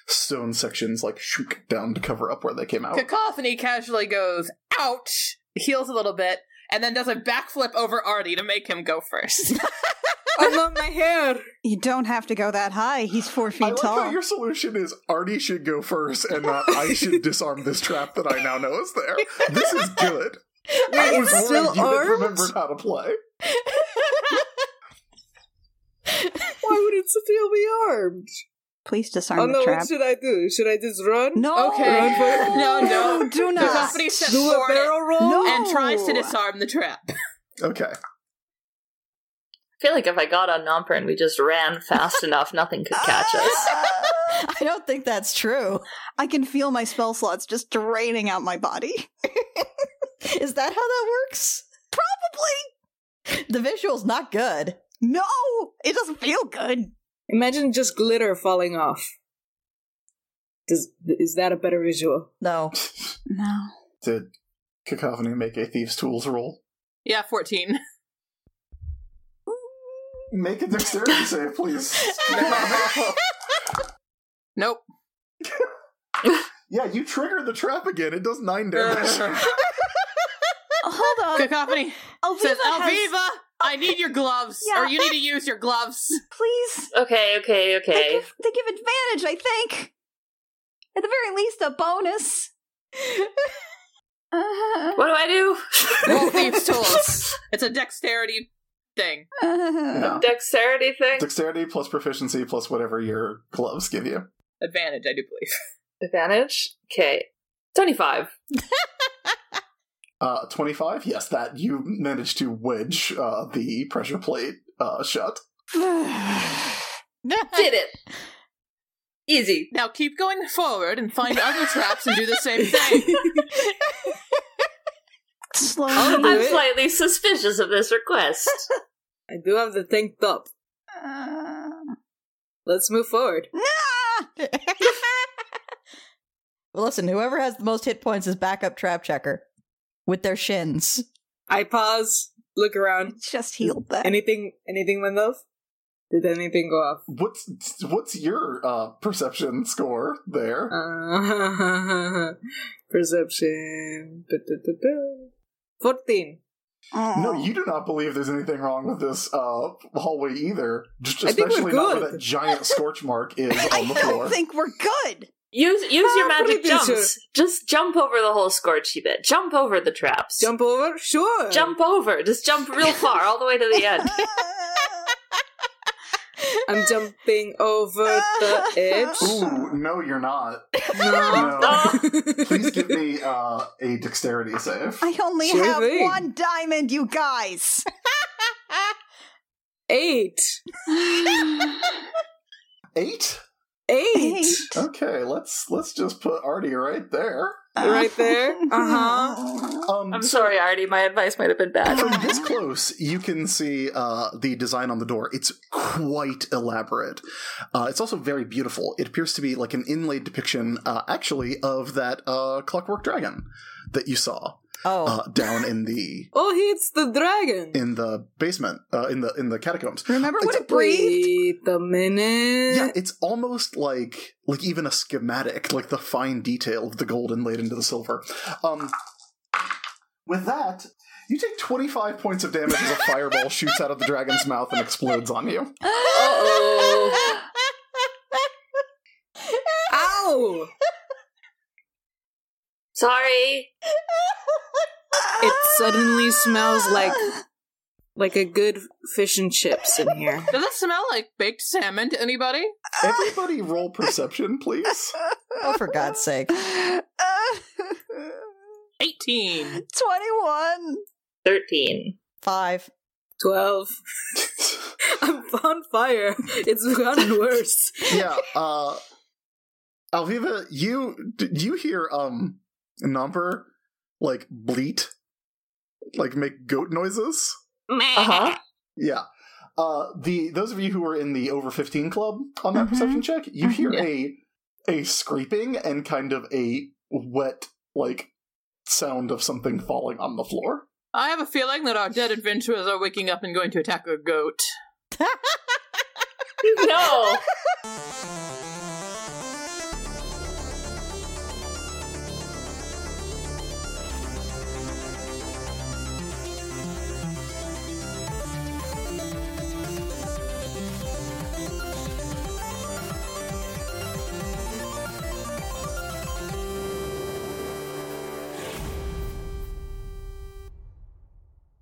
S1: stone sections like shoot down to cover up where they came out
S5: Cacophony casually goes, ouch, heals a little bit, and then does a backflip over Artie to make him go first.
S6: I love my hair.
S2: You don't have to go that high. He's four
S1: I
S2: feet
S1: like how
S2: tall.
S1: your solution is Artie should go first and not I should disarm this trap that I now know is there. This is good. I was
S6: it's
S1: worried
S6: still
S1: you had
S6: armed?
S1: remembered how to play.
S6: Why would it still be armed?
S2: Please disarm
S6: Oh
S2: the
S6: no,
S2: trap.
S6: what should I do? Should I just run?
S2: No,
S5: Okay.
S6: Run for
S5: No, no.
S2: do
S5: The
S2: not.
S5: company steps
S6: Do a
S5: forward
S6: barrel roll?
S2: No.
S5: and tries to disarm the trap.
S1: Okay.
S3: I feel like if I got on Nomper and we just ran fast enough, nothing could catch us.
S8: I don't think that's true.
S2: I can feel my spell slots just draining out my body.
S8: Is that how that works? Probably. The visual's not good.
S2: No, it doesn't feel good.
S6: Imagine just glitter falling off. Does is that a better visual?
S2: No.
S4: No.
S1: Did Cacophony make a Thieves' Tools roll?
S5: Yeah, 14.
S1: Make a dexterity save, please.
S5: Nope.
S1: yeah, you trigger the trap again. It does nine damage.
S7: Hold on.
S5: Cacophony
S7: Alviva
S5: says,
S7: has-
S5: Alviva, I need your gloves.
S7: Yeah.
S5: Or you need to use your gloves.
S7: please.
S3: Okay, okay,
S7: They
S3: okay.
S7: give, they give advantage, I think. At the very least, a bonus. Uh,
S3: What do I do?
S5: Roll thieves' tools. It's a dexterity thing.
S1: Yeah.
S3: Dexterity thing?
S1: Dexterity plus proficiency plus whatever your gloves give you.
S5: Advantage, I do believe.
S3: Advantage? Okay. 25.
S1: Uh, 25? Yes, that you managed to wedge uh, the pressure plate uh, shut.
S3: Did it. Easy.
S5: Now keep going forward and find other traps and do the same thing.
S4: Slowly.
S3: I'm slightly suspicious of this request.
S6: I do have the thing up.
S4: Uh,
S6: Let's move forward.
S2: Well, listen, whoever has the most hit points is backup trap checker with their shins.
S6: I pause, look around.
S4: just healed that.
S6: Anything? Anything went off? Did anything go off?
S1: What's what's your uh, perception score there?
S6: Uh, perception. Da, da, da, da. Fourteen.
S2: Uh,
S1: No, you do not believe there's anything wrong with this uh, hallway either. Just,
S6: I think we're
S1: especially not where
S6: good.
S1: that giant scorch mark is
S4: I
S1: on the floor.
S4: don't think we're good.
S3: Use use your
S6: Ah,
S3: magic
S6: pretty sure.
S3: jumps. Just jump over the whole scorchy bit. Jump over the traps.
S6: Jump over. Sure.
S3: Jump over. Just jump real far, all the way to the end.
S6: I'm jumping over
S4: Ah.
S6: the edge.
S1: Ooh, no, you're not.
S3: Oh,
S6: No.
S1: No. Please give me uh, a dexterity save.
S4: I only
S6: Sure
S4: have
S6: thing.
S4: one diamond, you guys.
S6: Eight.
S1: Eight.
S6: Eight.
S1: Okay, let's let's just put Artie right there.
S6: Right Uh-huh. there. Uh huh.
S1: Um,
S3: I'm
S1: so
S3: sorry, Artie. My advice might have been bad.
S1: From this close, you can see uh, the design on the door. It's quite elaborate. Uh, it's also very beautiful. It appears to be like an inlaid depiction, uh, actually, of that uh, clockwork dragon that you saw
S2: Oh.
S1: uh, down in the
S6: Oh, he hits the dragon.
S1: in the basement, uh, in the in the catacombs.
S4: Remember what
S1: It's-
S4: it breathed?
S6: Wait a minute.
S1: Yeah, it's almost like like even a schematic, like the fine detail of the gold inlaid into the silver. Um, with that, you take twenty five points of damage as a fireball shoots out of the dragon's mouth and explodes on you.
S6: Uh-oh. Ow!
S3: Sorry.
S6: It suddenly smells like like a good fish and chips in here.
S5: Does that smell like baked salmon to anybody?
S1: Everybody, roll perception, please.
S2: Oh, for God's sake.
S4: Uh,
S5: 18.
S4: 21.
S3: 13.
S2: Five.
S6: Twelve. I'm on fire. It's gotten worse.
S1: yeah, uh, Alviva, you d- you hear um Nomper like bleat, like make goat noises.
S3: Uh huh.
S1: Yeah. Uh, the those of you who were in the over fifteen club on that
S4: Mhm.
S1: perception check, you
S4: Mhm.
S1: hear a a scraping and kind of a wet like sound of something falling on the floor.
S5: I have a feeling that our dead adventurers are waking up and going to attack a goat.
S3: No.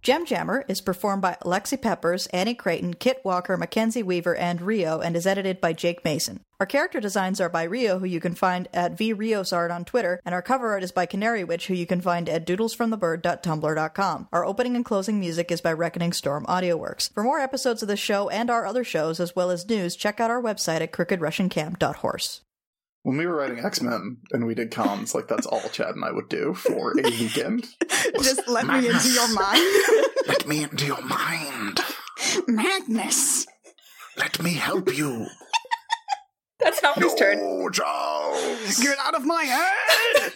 S2: Gem Jammer is performed by Alexi Peppers, Annie Creighton, Kit Walker, Mackenzie Weaver, and Rio, and is edited by Jake Mason. Our character designs are by Rio, who you can find at vriosart on Twitter, and our cover art is by Canary Witch, who you can find at doodlesfromthebird.tumblr.com. Our opening and closing music is by Reckoning Storm AudioWorks. For more episodes of this show and our other shows, as well as news, check out our website at crookedrussiancamp.horse.
S1: When we were writing X Men and we did comms, like that's all Chad and I would do for a weekend.
S4: Just let me into your mind.
S1: Let me into your mind.
S4: Madness.
S1: Let me help you.
S3: That's not his turn.
S1: Charles.
S9: ears.
S2: Get out of my head!